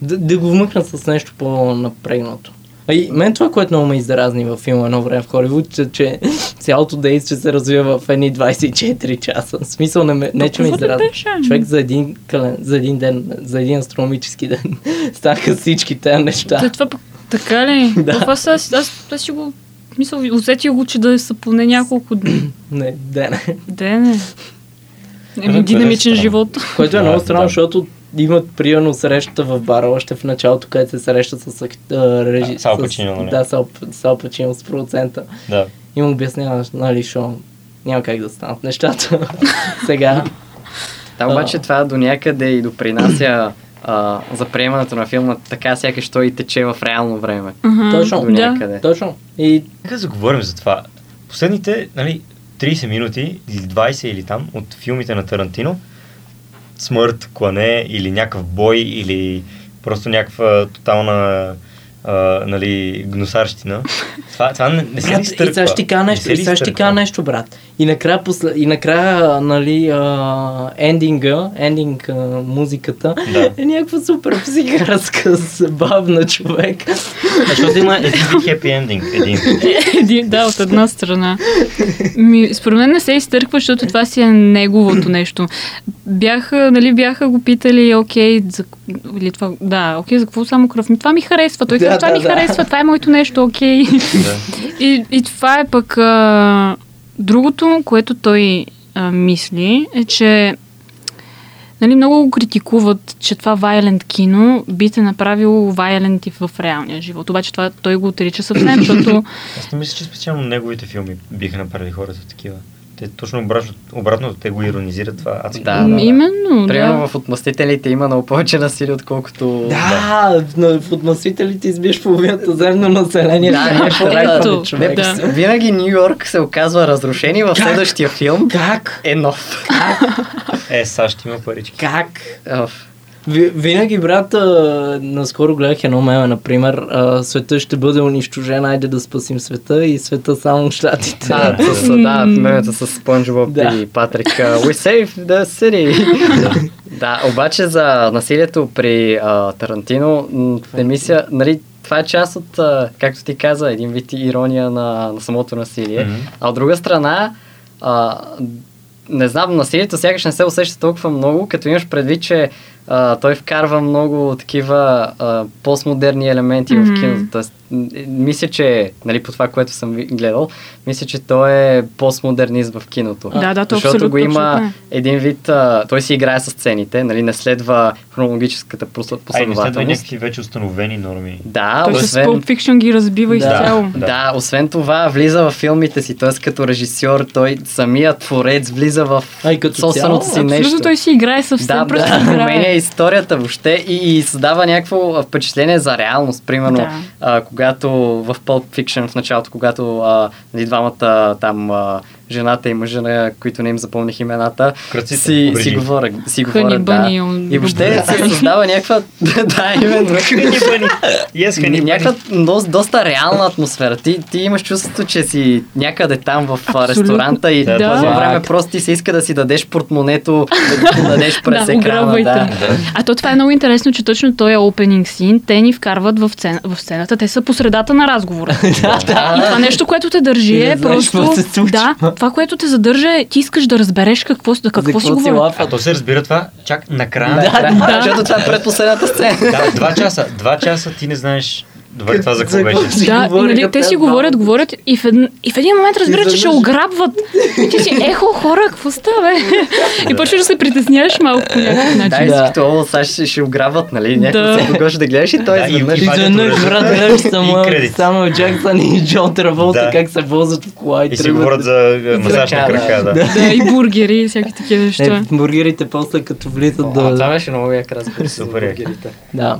Да, да го вмъкнат с нещо по-напрегнато. А и мен това, което много ме издразни във филма едно време в Холивуд, че, че цялото действие се развива в едни 24 часа. В смисъл не, ме- не че ме Какво да издразни. беше? Човек за един, кален, за един ден, за един астрономически ден станаха всички тези Да. неща. Това пък така ли? Да. да. Това са, аз, аз, аз си го мисъл, усетих го, че да са поне няколко дни. Не, ден. Дене. Еми, Е, динамичен странно. живот. Което е Да, много странно, да. защото имат примерно среща в бара още в началото, където се срещат с режисьор. А, Сал Пачино, нали? Да, Сал, Сал Пачино с продуцента. да. И му обясняваш, нали, шо, няма как да станат нещата. Сега. Та обаче това до някъде и допринася а, за приемането на филма така сякаш той и тече в реално време. Аха, Точно. До някъде. Точно. И Нека да заговорим за това. Последните, нали, 30 минути или 20 или там от филмите на Тарантино, смърт, клане или някакъв бой или просто някаква тотална а, нали, гносарщина. Това, това не, не се ли брат, изтърква? и сега ще ти кажа Не нещо, се и ли сега ще ти изтърква? кажа нещо, брат. И накрая, посл... и накрая нали, а, ендинга, ендинг а, музиката, Да. е някаква супер психарска забавна човек. Защото има един хепи ендинг. Един. Един, да, от една страна. Ми, според мен не се изтърква, защото това си е неговото нещо. Бяха, нали, бяха го питали, окей, за, или това, да, окей, за какво само кръв? Ми, това ми харесва, той Да, казва, това да, ми да. харесва, това е моето нещо, окей. Да. И, и това е пък а, другото, което той а, мисли, е, че нали, много го критикуват, че това вайлент кино би те направило вайлент и в реалния живот. Обаче това той го отрича съвсем, защото Аз не мисля, че специално неговите филми биха направили хората такива. Те точно обратно, обратното те го иронизират това. Адски. Да, да, да. именно, Примерно да. в Отмъстителите има много повече насилие, отколкото... Да, на- в отмъсителите избиеш половината земно население. Да, Това е нещо по-трайно, като- човек. Да. Винаги Нью Йорк се оказва разрушен и в следващия филм Как? е нов. Е, САЩ има парички. Как? Оф. Ви- Винаги, брат, а, наскоро гледах едно меме, например, а, света ще бъде унищожен, айде да спасим света и света само щатите. А, с, да, мемето с Спонж Боб Да. и Патрик. uh, We save the city. да, обаче за насилието при а, Тарантино, м, не мисля, нали, това е част от, а, както ти каза, един вид ирония на, на самото насилие. Мгм. А от друга страна, а, не знам, насилието сякаш не се усеща толкова много, като имаш предвид, че а, той вкарва много такива а, постмодерни елементи Мгм. в киното. Тоест, м, е, мисля, че, нали, по това, което съм ви- гледал, мисля, че той е постмодернист в киното. Да, да, то Защото абсолютно е. го има абсолютно един вид, а, той си играе с сцените, нали, не следва хронологическата прослед- Ай, не следва последователност. някакви вече установени норми. Да, Той с освен, Pulp Fiction ги разбива Да. изцяло. да. да, освен това влиза в филмите си, т.е. като режисьор, той самият творец влиза в А и като собственото цяло, си нещо. Абсолютно той си играе съвсем да, просто да, променя играе. историята въобще и, и създава някакво а, впечатление за реалност. Примерно, Да. а, когато в Pulp Fiction в началото, когато а, нали, двамата там а, жената и мъжа, на които не им запомних имената, Кръците, си, обрежи. си говорят. Си Хъни говорят да. Бъни и он- И въобще се създава някаква... да, именно. Е, Yes, Ня- honey, Ами, Някаква но, доста реална атмосфера. Ти, ти имаш чувството, че си някъде там в а, Абсолютно. ресторанта и Да. по това е време Факт. просто ти се иска да си дадеш портмонето, да го дадеш през Да, екрана. ограбвайте. Да. А то това е много интересно, че точно той е opening scene, те ни вкарват в, сцен, в сцената, те са по средата на разговора. И това нещо, което те Ти държи не е знаеш какво просто... се случва. Да, това, което те задържа е, ти искаш да разбереш какво, да, За какво си си говорят. А лафат? то се разбира това чак накрая. Да, да, Да. защото това е предпоследната сцена. Да, два часа. Два часа ти не знаеш добре това за какво беше. си Да, и, говориха нали, те си те говорят, двамата. говорят и в, един, и в един момент разбират, че ще Изведнъж. ограбват. И ти си, ехо, хора, какво става, бе? И почваш да се притесняваш малко по някакъв Да, начин. и Да. си като, о, сега ще, ще ограбват, нали? Някой Да. да. кого ще да гледаш и той Да, и- изведнъж. и- Да, Изведнъж, брат, гледаш Самуел, И кредит. Самуел Джаксън и Джон Траволта, Да. как се возят в кола и, И си тръгват. говорят за е, масаж на крака, крака, да. Да, и бургери, и всяки такива неща. Е, бургерите после като влизат да... това беше много як разговор. с Супер як. бургерите. Да.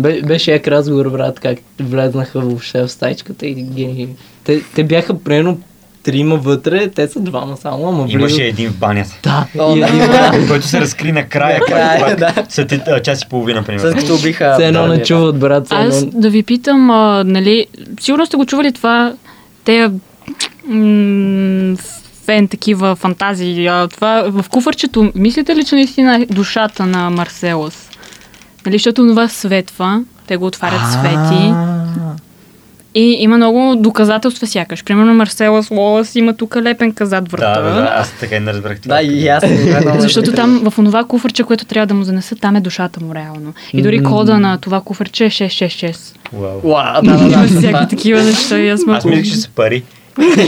Бе, беше як разговор, брат, как влезнаха въобще в стайчката и ги... Те, те бяха прено трима вътре, те са двама само, ама влизат- Имаше един в банята. Да, О, и да. един да. който се разкри накрая, Накрая, края, да. да. след а, час и половина, След примерно. като убиха... Все едно Да, не да. чуват, брат, все Аз едно. да ви питам, а, нали, сигурно сте го чували това, те м- фен такива фантазии, а, това в куфарчето, мислите ли, че наистина е душата на Марселос? Нали, защото това светва, те го отварят свети. И има много доказателства сякаш. Примерно Марселос Лолас има тук лепен зад Да, врата. да, да, аз така и не разбрах това. Да, и аз. именно- Защото там в онова куфърче, което трябва да му занеса, там е душата му реално. И дори кода на това куфърче е 666. Уау. Уа, да, да, Има да. Това- всякакви такива неща и аз Аз малко... мислих, че се пари.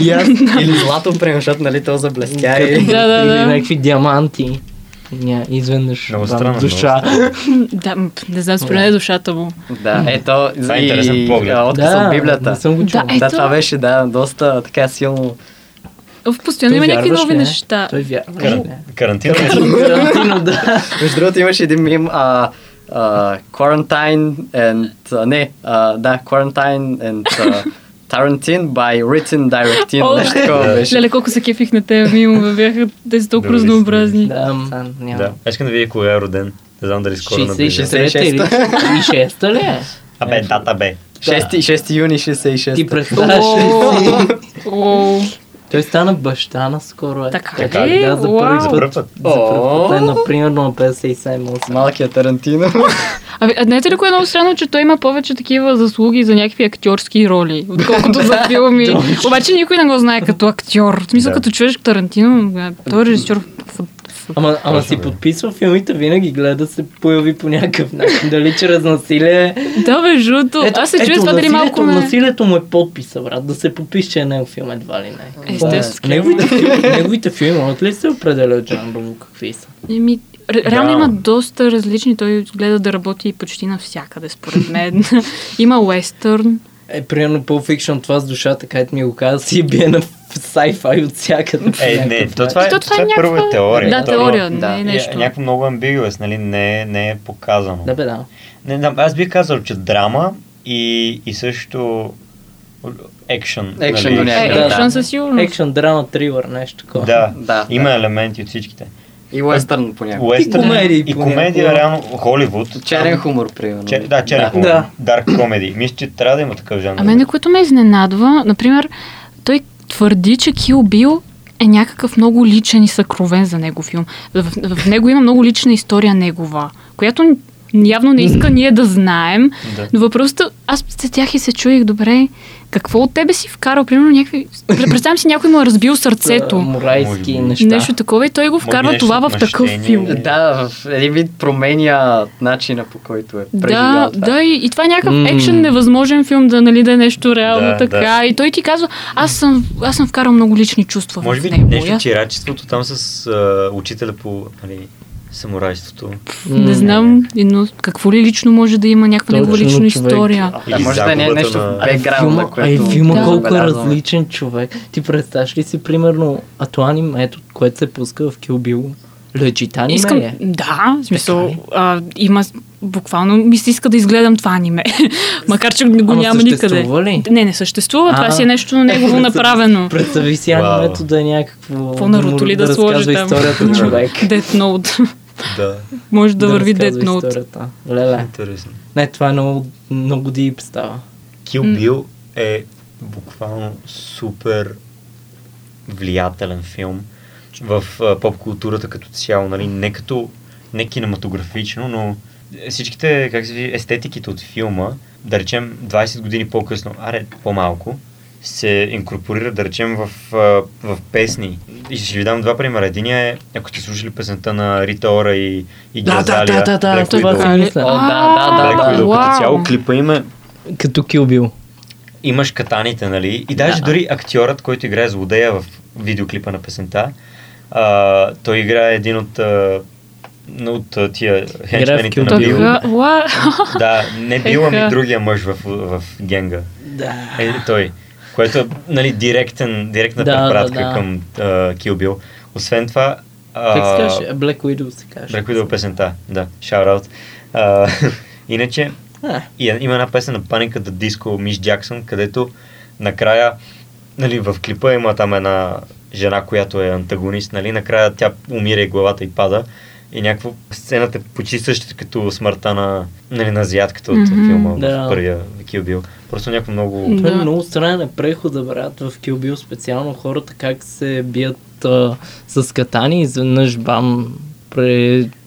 И аз- Или злато, примерно, защото, нали, то заблестя Или и... Да, да, да. някакви диаманти. Ня, изведнъж Много вам странно, душа. Да, м, не знам, според мен е душата му. Да, ето. Това е и- интересен поглед. а, Отказ от не Библията. съм го Да, чувал. е, Да, Ето. това беше, да, доста така силно. В постоянно има Той някакви вярваш нови ли, не? неща. Той вярваш. ли, Каран... не? Карантина. е? Карантина, да. Между другото имаше един мим, а, а, Quarantine and... А, не, а, да, Quarantine and а, Tarantine by Written Directin. О, Нещо такова да. беше. Леле, колко се кефих на те мимове, бяха тези толкова Добре, разнообразни. Да, м, Да. няма. Аз искам да видя кога е роден. Не знам дали скоро 60 и наближа. 63 или 66 ли е? Абе, дата бе. 6, 6 юни 66. Ти представяш ли си? О, о, Той стана баща наскоро. Е. Така Така ли? Да, за Уау. първи За път. първ път. За първи път е, О. например, на 57-8. Малкият Тарантино. Ами, а знаете ли кое е много странно, че той има повече такива заслуги за някакви актьорски роли, отколкото за филми. Обаче никой не го знае като актьор. В смисъл, Да. като човеш Тарантино, а, той е режисьор. в- в- Ама, ама Точно, си бе. подписва филмите, винаги гледа се появи по някакъв начин. Дали чрез насилие. Да, бе, жуто. Аз се чуя с това дали насилието- малко ме... Насилието му е подписа, брат, да се подпише, че е негов филм едва ли не. е- Естествено. Неговите, филми, неговите филми, могат ли се определят жанрово какви са? Еми, ре- реално Да. има доста различни. Той гледа да работи почти навсякъде, според мен. има уестърн. Е, примерно по фикшн това с душата, където ми го каза, си бие на sci-fi от всякъде. Е, не, то това е, То това е това е първо е някаква- теория. Да, Второ, теория, не да. е Я- Е, нещо. някакво много ambiguous, нали? Не, е- не е показано. Да, бе, да. Не знам, аз бих казал, че драма и, и също екшън. нали? Екшън до Е, някъде, Да. екшън със сигурност. Екшън, драма, трилър, нещо такова. Да, Да, има да. елементи от всичките. И уестърн понякога. Уестърн И комедии и понякога. комедия, реално Холивуд. Черен хумор, примерно. Че, да, черен Да. хумор. Да. Дарк комеди. Мисля, че трябва да има такъв жанр. А мене, което ме изненадва, например, той твърди, че Кил Бил е някакъв много личен и съкровен за него филм. В, в него има много лична история негова, която н- явно не иска ние да знаем. Да. Но въпросът, е, аз тях и се чуих добре, какво от тебе си вкарал? Примерно някакви... Пре- Представям си, някой му е разбил Та, сърцето. Морайски Може би. неща. Нещо такова и той го Може би вкарва нещо това в отмъщение. такъв филм. Да, в един вид променя начина по който е Да, преживял това. да, и, и това е някакъв М. екшен невъзможен филм, да, нали, да е нещо реално Да, така. да. И той ти казва, аз съм, аз съм вкарал много лични чувства Може в би него. нещо е. аз, чирачеството там с а, учителя по нали, самурайството. не знам, и- но какво ли лично може да има някаква Точно, негова лична човек. история. А Или може да не е загубата нещо на- в бекграунда, Филма, което... Ай, филма Да. колко е отбелязваме. различен човек. Ти представяш ли си, примерно, Атуани метод, което се пуска в Kill Bill? Legit аниме Искам, ли е? да, в смисъл, ли? а, има, буквално ми се иска да изгледам това аниме. Макар, че го Ама няма никъде. съществува ли? Не, не съществува, това А. си е нещо негово направено. Представи си Вау. анимето да е някакво... Какво Наруто ли да сложи разказва там? историята на човек. Death Note. Да, Може да, върви Death разказва Note. историята. Леле. интересно. Не, това е много, много дип става. Kill М. Bill е буквално супер влиятелен филм в а, поп-културата като цяло, нали? Не като не кинематографично, но всичките как се вижда, естетиките от филма, да речем 20 години по-късно, аре по-малко, се инкорпорира, да речем, в, а, в песни. И ще ви дам два примера. Единия е, ако сте слушали песента на Рита Ора и, и Да, да, Гразалия, да, да, да, Black това Widow. си мисля. О, да, да, да, Black да. Widow като Вау. цяло. Клипа им е Като Kill Bill. имаш катаните, нали? И даже Да. дори актьорът, който играе злодея в видеоклипа на песента, а, той играе един от, а, ну, от а, тия хенчмените Kill Bill. на Бил. Така, уа. Да, не Бил, ами Еха. другия мъж в, в генга. Да. Е, той, което е нали, директен, директна Да, да, препратка да. към а, Кил Бил. Освен това... а, Как се каже? Black Widow се каже. Black Widow песента, да, shout out. А, иначе, А. е, и, има една песен на паниката Диско Миш Джаксън, където накрая нали, в клипа има там една жена, която е антагонист, нали, накрая тя умира и главата и пада. И някаква сцената е почти същата като смъртта на, нали, на азиатката от Мгм. филма Да. в първия Kill Bill. Просто някакво много... Това е Да. много странен преход, да, брат, в Kill Bill специално хората как се бият а, с катани и изведнъж бам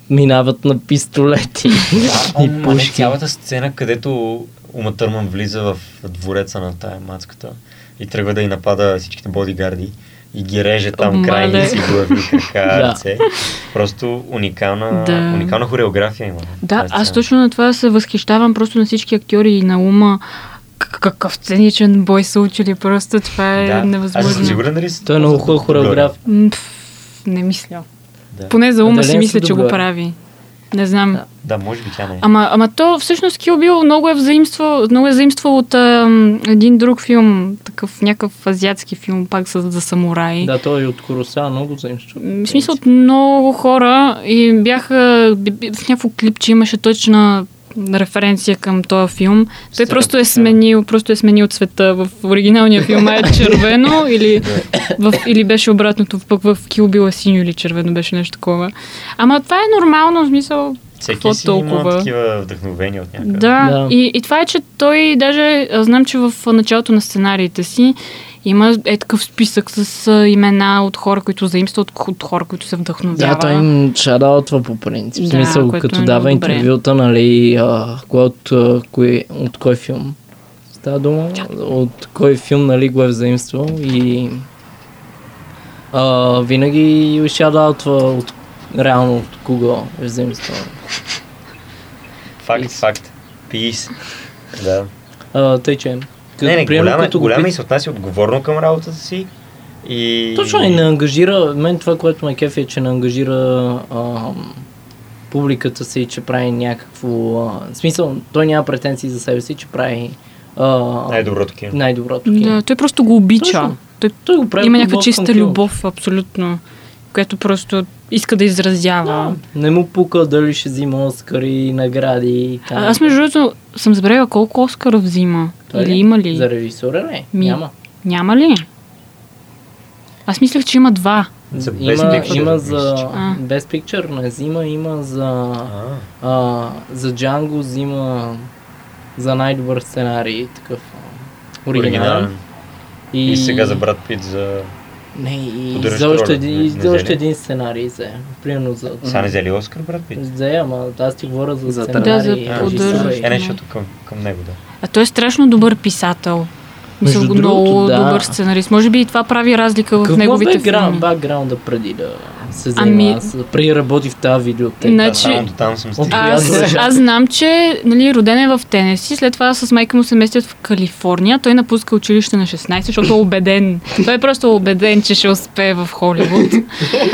преминават на пистолети Да, и и пушки. пушки. цялата сцена, където Ума Търман влиза в двореца на тая мацката и тръгва да й напада всичките бодигарди и ги реже там Мале. крайници, глави, крака, Да. ръце. Просто уникална, Да. уникална хореография има. Да, тази аз сцена. точно на това се възхищавам просто на всички актьори и на ума. К- Какъв сценичен бой са учили, просто това е невъзможно. Аз съм сигурен дали си- Той е много хубав хореограф. М, пф, не мисля. Да. Поне за ума си Определено мисля, са че го добре. прави. Не знам. Да. да, може би тя не е. Ама, ама то всъщност Kill Bill много е взаимствал, много е взаимствал от ам, един друг филм, такъв някакъв азиатски филм, пак с, за самураи. Да, той е от Короса, много заимство. В смисъл от много хора и бяха б- б- в някакво клипче имаше точна референция към този филм. Той Сцена просто е по сцена. сменил, просто е сменил цвета. В оригиналния филм е червено или, в, или беше обратното, пък в Kill Bill е синьо или червено, беше нещо такова. Ама това е нормално, в смисъл, какво Всеки си има толкова? такива вдъхновения от някъде. Да, Да. И, и това е, че той даже, а, знам, че в началото на сценариите си има е такъв списък с а, имена от хора, които заимстват, от, от хора, които се вдъхновяват. Да, той им шараутва по принцип. Да, В смисъл, което е като много дава добре. интервюта, нали, а, кое от, а, кой, от кой филм става дума, от кой филм, нали, го е взаимствал и а, винаги шараутва от реално от кого е взаимствал. Факт, факт. Пис. Да. А, тъй, че... Като, не, не, примерно, голяма, като го голяма пит- и се отнася отговорно към работата си. И... Точно е, и не ангажира, мен това, което ме кефи е, че не ангажира ам, публиката си, че прави някакво... А, в смисъл, той няма претенции за себе си, че прави а, Най-доброто кино. най-доброто кино. да, той просто го обича. Точно. Той Той го прави има от някаква любов към чиста киното. любов, абсолютно, която просто иска да изразява. Не му пука дали ще взима Оскари, награди и така. А, аз между другото съм забравила колко Оскара взима. Той Или ли? е? има ли? За режисора не, Ми, няма. Няма ли? Аз мислех, че има два. За Best Има, Picture, има мисля, за че. А. Best Picture, не взима, има за... А, А, за Django взима за най-добър сценарий, такъв а, оригинален. оригинален. И... сега за Брат Пит за... Не, и Поддържаш за още, роля, не- един, не и взе за ли? още един сценарий взе. Примерно за... Са не взели Оскар, Брат Пит? Взе, ама аз ти говоря за, За сценарий. Да, за и поддържаш. режисура и- Е, нещо към, към него, да. А той е страшно добър писател. Мисля, Между много другото, да. добър сценарист. Може би и това прави разлика в Какво е неговите бекграунд, филми. бакграунда преди да се занимава? Ами- Аз преди работи в тази видеотека. Значи- Само до там съм стигнал. А, Аз, Аз- аз знам, че нали, роден е в Тенеси, след това с майка му се местят в Калифорния. Той напуска училище на 16, защото е убеден. Той е просто убеден, че ще успее в Холивуд.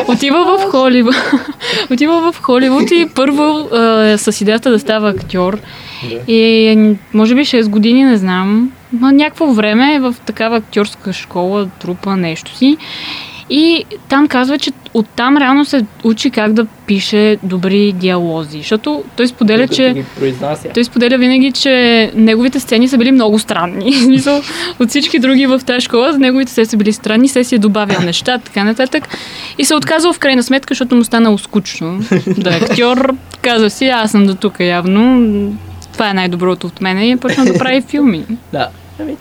Отива в Холивуд. Отива в Холивуд и първо а, с идеята да става актьор. И може би 6 години, не знам, на някакво време е в такава актьорска школа трупа нещо си. И там казва, че оттам реално се учи как да пише добри диалози. Защото той споделя, Докато че ги произнася. той споделя винаги, че неговите сцени са били много странни. В смисъл, от всички други в тази школа, неговите се са били странни, се си е добавял неща, така нататък. И се отказал в крайна сметка, защото му станало скучно да е актьор. Каза си, аз съм до тук явно. Това е най-доброто от мене и е почнал да прави филми. Да. Ами,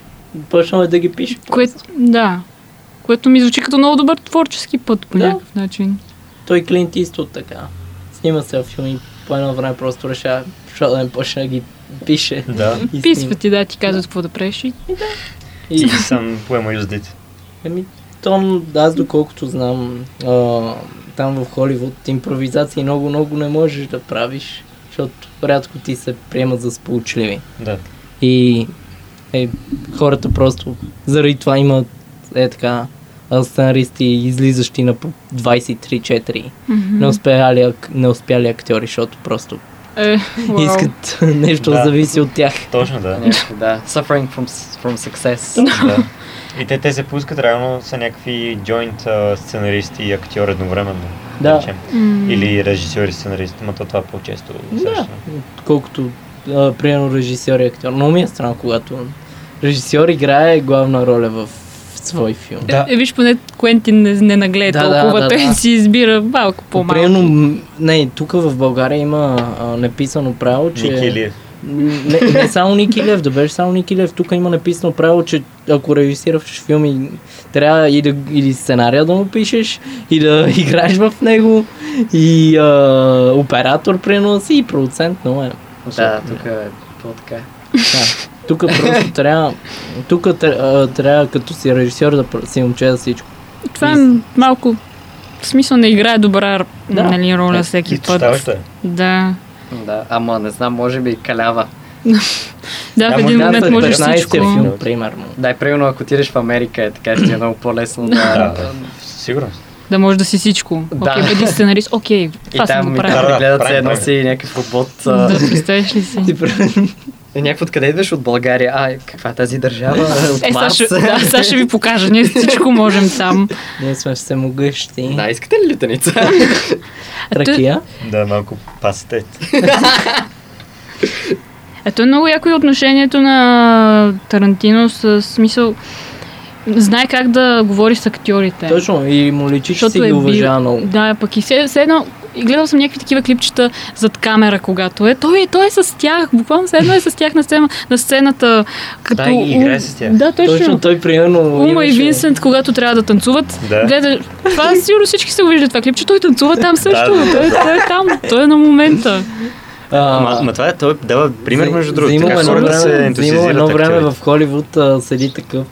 почнал е да ги пише. Което, да, което ми звучи като много добър творчески път по Да. някакъв начин. Той Клинт Истот така. Снима се в филми, по едно време просто решава, защото да не почне да ги пише. Да. И снима. Писва ти, да, ти казват какво да правиш и И И, съм поема юздите. ами, Том, аз доколкото знам, а, там в Холивуд импровизации много-много не можеш да правиш, защото рядко ти се приемат за сполучливи. Да. И е, хората просто заради това имат е така а, сценаристи, излизащи на по 23-4 Мгм. неуспяли, ак- неуспяли актьори, защото просто Е, вау. искат нещо да Да. зависи от тях. Точно, да. Някакво, да. Suffering from, from success. да. И те, те се пускат, реално са някакви joint а, сценаристи и актьор едновременно. Да. речем. М. Или режисьор и сценарист, но то това е по-често. Да, срещано. колкото а, е примерно режисьор и актьор. Много ми е странно, когато режисьор играе главна роля в свой филм. Да. Е, виж, поне Куентин не, не нагледа Да, да, толкова, да, той да. си избира малко по-малко. Примерно, м, не, тук в България има а, неписано правило, че... Ники Илиев. Не, не само Ники Лев, да беше само Ники Лев. Тук има написано правило, че ако режисираш филми, трябва и да, или сценария да му пишеш, и да играеш в него, и а, оператор принос, и продуцент, но е. Да, тук е по-така. Да. Тук просто трябва, тук трябва като си режисьор да пр- си момче за всичко. Това е малко... В смисъл не играе добра Да. да. нали, роля Е, всеки път. Изтощаващо е. Да. Да, ама не знам, може би калява. Да, Да, в един може да момент след може 15-тия 15 всичко. филм, примерно. Да, и примерно ако отидеш в Америка е така, ще е много по-лесно да... Да, да. Сигурно. Да може да си всичко. Да. Окей, бъди сценарист. Окей, И това съм там го ми Да, правил. да, гледат се правим, едно правим. си някакъв бот. а, Да, представяш ли си? Ти пр- Е, Някакво откъде идваш от България? А, каква е тази държава? Е, От сега Марс? ще, да, сега ще ви покажа. Ние всичко можем там. Ние сме всемогъщи. Да, искате ли лютеница? А то, Ракия. Да, малко пастет. а то е много яко и отношението на Тарантино с смисъл. Знае как да говори с актьорите. Точно, и му личи, че Защото си е ги бил- уважава много. Да, пък и все, все едно, и гледал съм някакви такива клипчета зад камера, когато е. Той, той е с тях, буквално все едно е с тях на, сцена, на сцената. Като... Да, и играе ум- с тях. Да, точно. Точно той примерно. Ума и имаше- Винсент, когато трябва да танцуват, Да. гледа... Това сигурно всички са го виждат това клипче. Той танцува там също. да, да. той, той е там. Той е на момента. А, Ама, ама това е, той дава пример за- между другото. заимал Как едно хората се време, заимал ентусиазират. едно време актьорите. в Холивуд а, седи такъв.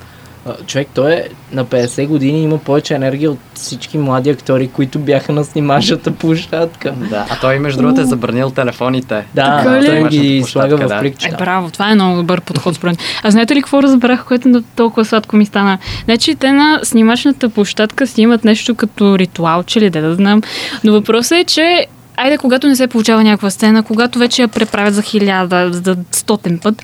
А, човек, той е на 50 години, има повече енергия от всички млади актьори, които бяха на снимашата площадка. Да, а той между другото е забранил телефоните. Да, Така ли? той ги Площадка, слага в да. Е, пликчета. браво, това е много добър подход според мен. А знаете ли какво разбрах, което на- толкова сладко ми стана? Значи те на снимачната площадка си имат нещо като ритуал, че ли, де да знам. Но въпросът е, че Айде, когато не се получава някаква сцена, когато вече я преправят за хиляда, за стотен път,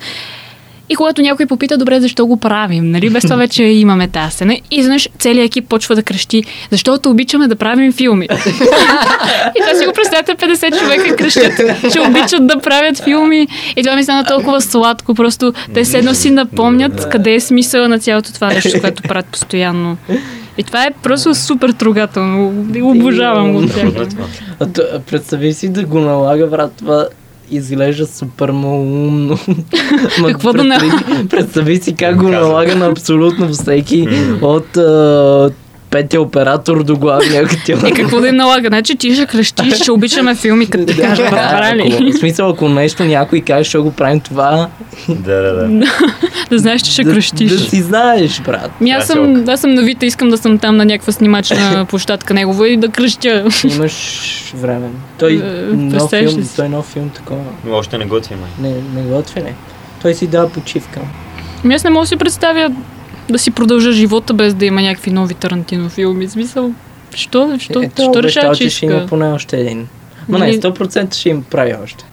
и когато някой попита, добре, защо го правим, нали? Без това вече имаме тази сцена. И изведнъж целият екип почва да крещи, защото обичаме да правим филми. И това си го представяте, 50 човека крещят, че обичат да правят филми. И това ми стана толкова сладко. Просто те се едно си напомнят къде е смисъл на цялото това нещо, което правят постоянно. И това е просто супер трогателно. Обожавам го. от тях. Трудно е това. А, т- а, представи си да го налага, брат, това изглежда супер малумно. Ма Какво да не- представи- Представи си как го Казвам. налага на абсолютно всеки от а, петия оператор до главния актьор. И Е, какво да им налага? Значи ти ще крещиш, ще обичаме филми, като ти нали? кажат, разбра Ако, ли? в смисъл, ако нещо някой каже, ще го правим това, Да, да, да. Да знаеш, че ще да, крещиш. да си знаеш, брат. Ми аз съм, аз съм новита, искам да съм там на някаква снимачна площадка негова и да кръщя. Имаш време. Той Е, нов представяш филм, ли си? той нов филм такова. Но още не готвим. май. Не, не готвене. Той си дава почивка. Ми Ами аз не мога да си представя да си продължа живота без да има някакви нови Тарантино филми. В Смисъл, що, що, Е, що обещал, решава, че ще има иска? поне още един. Ма не, Нали- 100% ще им прави още.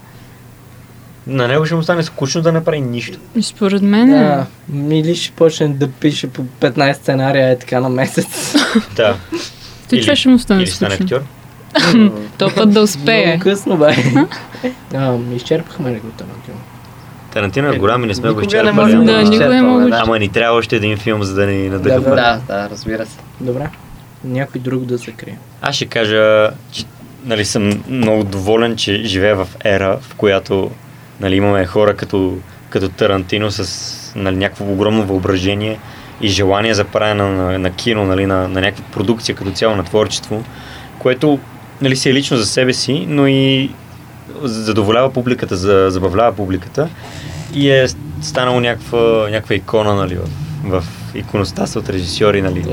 На него ще му стане скучно да не прави нищо. Ми, Според мен, Да, или ще почне да пише по 15 сценария е така на месец. Да. той Или- това ще му стане Или ще стане скучно. актьор. Той път да успее. Много късно, бе. а, изчерпахме ли го това? Тарантино е голям и не сме го Никога не изчерпали. можем ама- да изчерпваме, никога не мога да- Ама ни трябва още един филм, за да ни Да, надъхва. бе. Да, да, разбира се. Добре. Някой друг да закрие. Аз ще кажа, че нали, съм много доволен, че живея в ера, в която нали, имаме хора като, като Тарантино с нали, някакво огромно въображение и желание за правене на, на кино, нали, на, на някаква продукция като цяло на творчество, което нали, си е лично за себе си, но и задоволява публиката, за, забавлява публиката и е станало някаква, някаква икона нали, в, в иконостаса от режисьори. Нали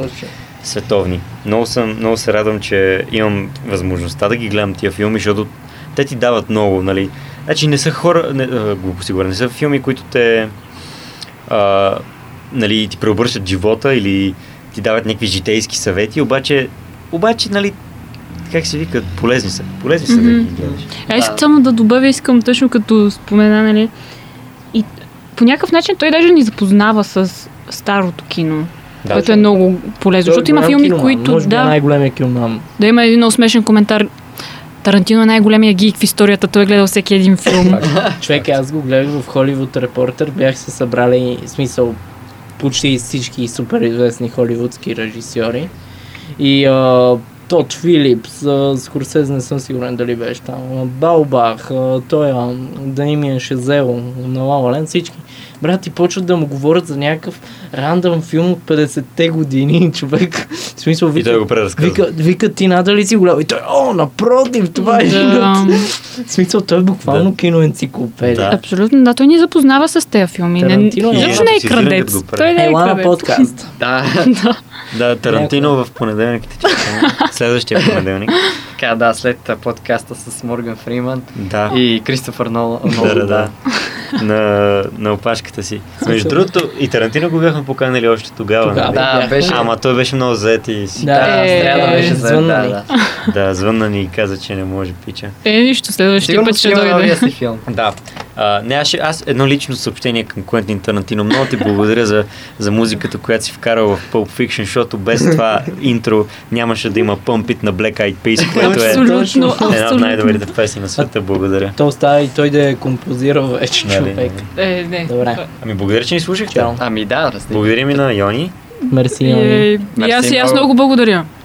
световни. Много, съм, много се радвам, че имам възможността да ги гледам тия филми, защото те ти дават много, нали? Значи не са хора, не, а, глупости говоря, не са филми, които те а, нали, ти преобръщат живота или ти дават някакви житейски съвети, обаче, обаче нали, как се вика, полезни са. Полезни са да Мгм. ги гледаш. А искам само да добавя, искам точно като спомена, нали? И по някакъв начин той даже ни запознава с старото кино, Да. което е много полезно. Защото има филми, които Може би е да. най-големия киноман. Да има един много смешен коментар. Тарантино е най-големия гик в историята. Той е гледал всеки един филм. Човек, аз го гледах в Холивуд Репортер, бях се събрали, в смисъл, почти всички супер известни холивудски режисьори. И а, Тод Филипс, а, Скорсез не съм сигурен дали беше там, а, Балбах, а, той, а, Даймиен Шезел, на Лавален, всички. Брат, и почват да му говорят за някакъв рандъм филм от 50-те години, човек. В смисъл, И вика, той го преразказва. вика, вика, ти нада ли си голям? И той, о, напротив, това е Да, живот. В смисъл, той е буквално киноенциклопедия. Да. абсолютно, да. Той ни запознава с тези филми. Не, Тарантино е изобщо не е малко крадец. сезирен, като го Той не е Ела на крадец. подкаст. Да, Да, Тарантино в понеделник те чакаме. Следващия понеделник. така, да, след а, подкаста с Морган Фриман Да. и Кристофър Нол- Да, Нолан. да, да. На, на опашката си. Между другото, и Тарантино го бяхме поканали още тогава. Тогава. нали? Да, беше. Ама той беше много заед и си. Да, Да, Е, трябва да беше нали? за да, звъннали. да. Да, звънна ни и каза, че не може пича. Е, нищо, следващия Сигурно път ще ще има дойде. новия си филм. Да. А, не, аз, ще- аз едно лично съобщение към Куентин Тарантино. Много ти благодаря за, за музиката, която си вкарал в Pulp Fiction, защото без това интро нямаше да има Pump It на Black Eyed Peas, което е Абсолютно, една от абсолютно. най-добрите песни на света. Благодаря. То остава и той да е композирал вече Нали, човек. нали. Е, не. Добре. Ами благодаря, че ни слушахте. Чао. Ами да, разбира. Благодарим и на Йони. Мерси, Йони. Е, И аз, и аз много благодаря.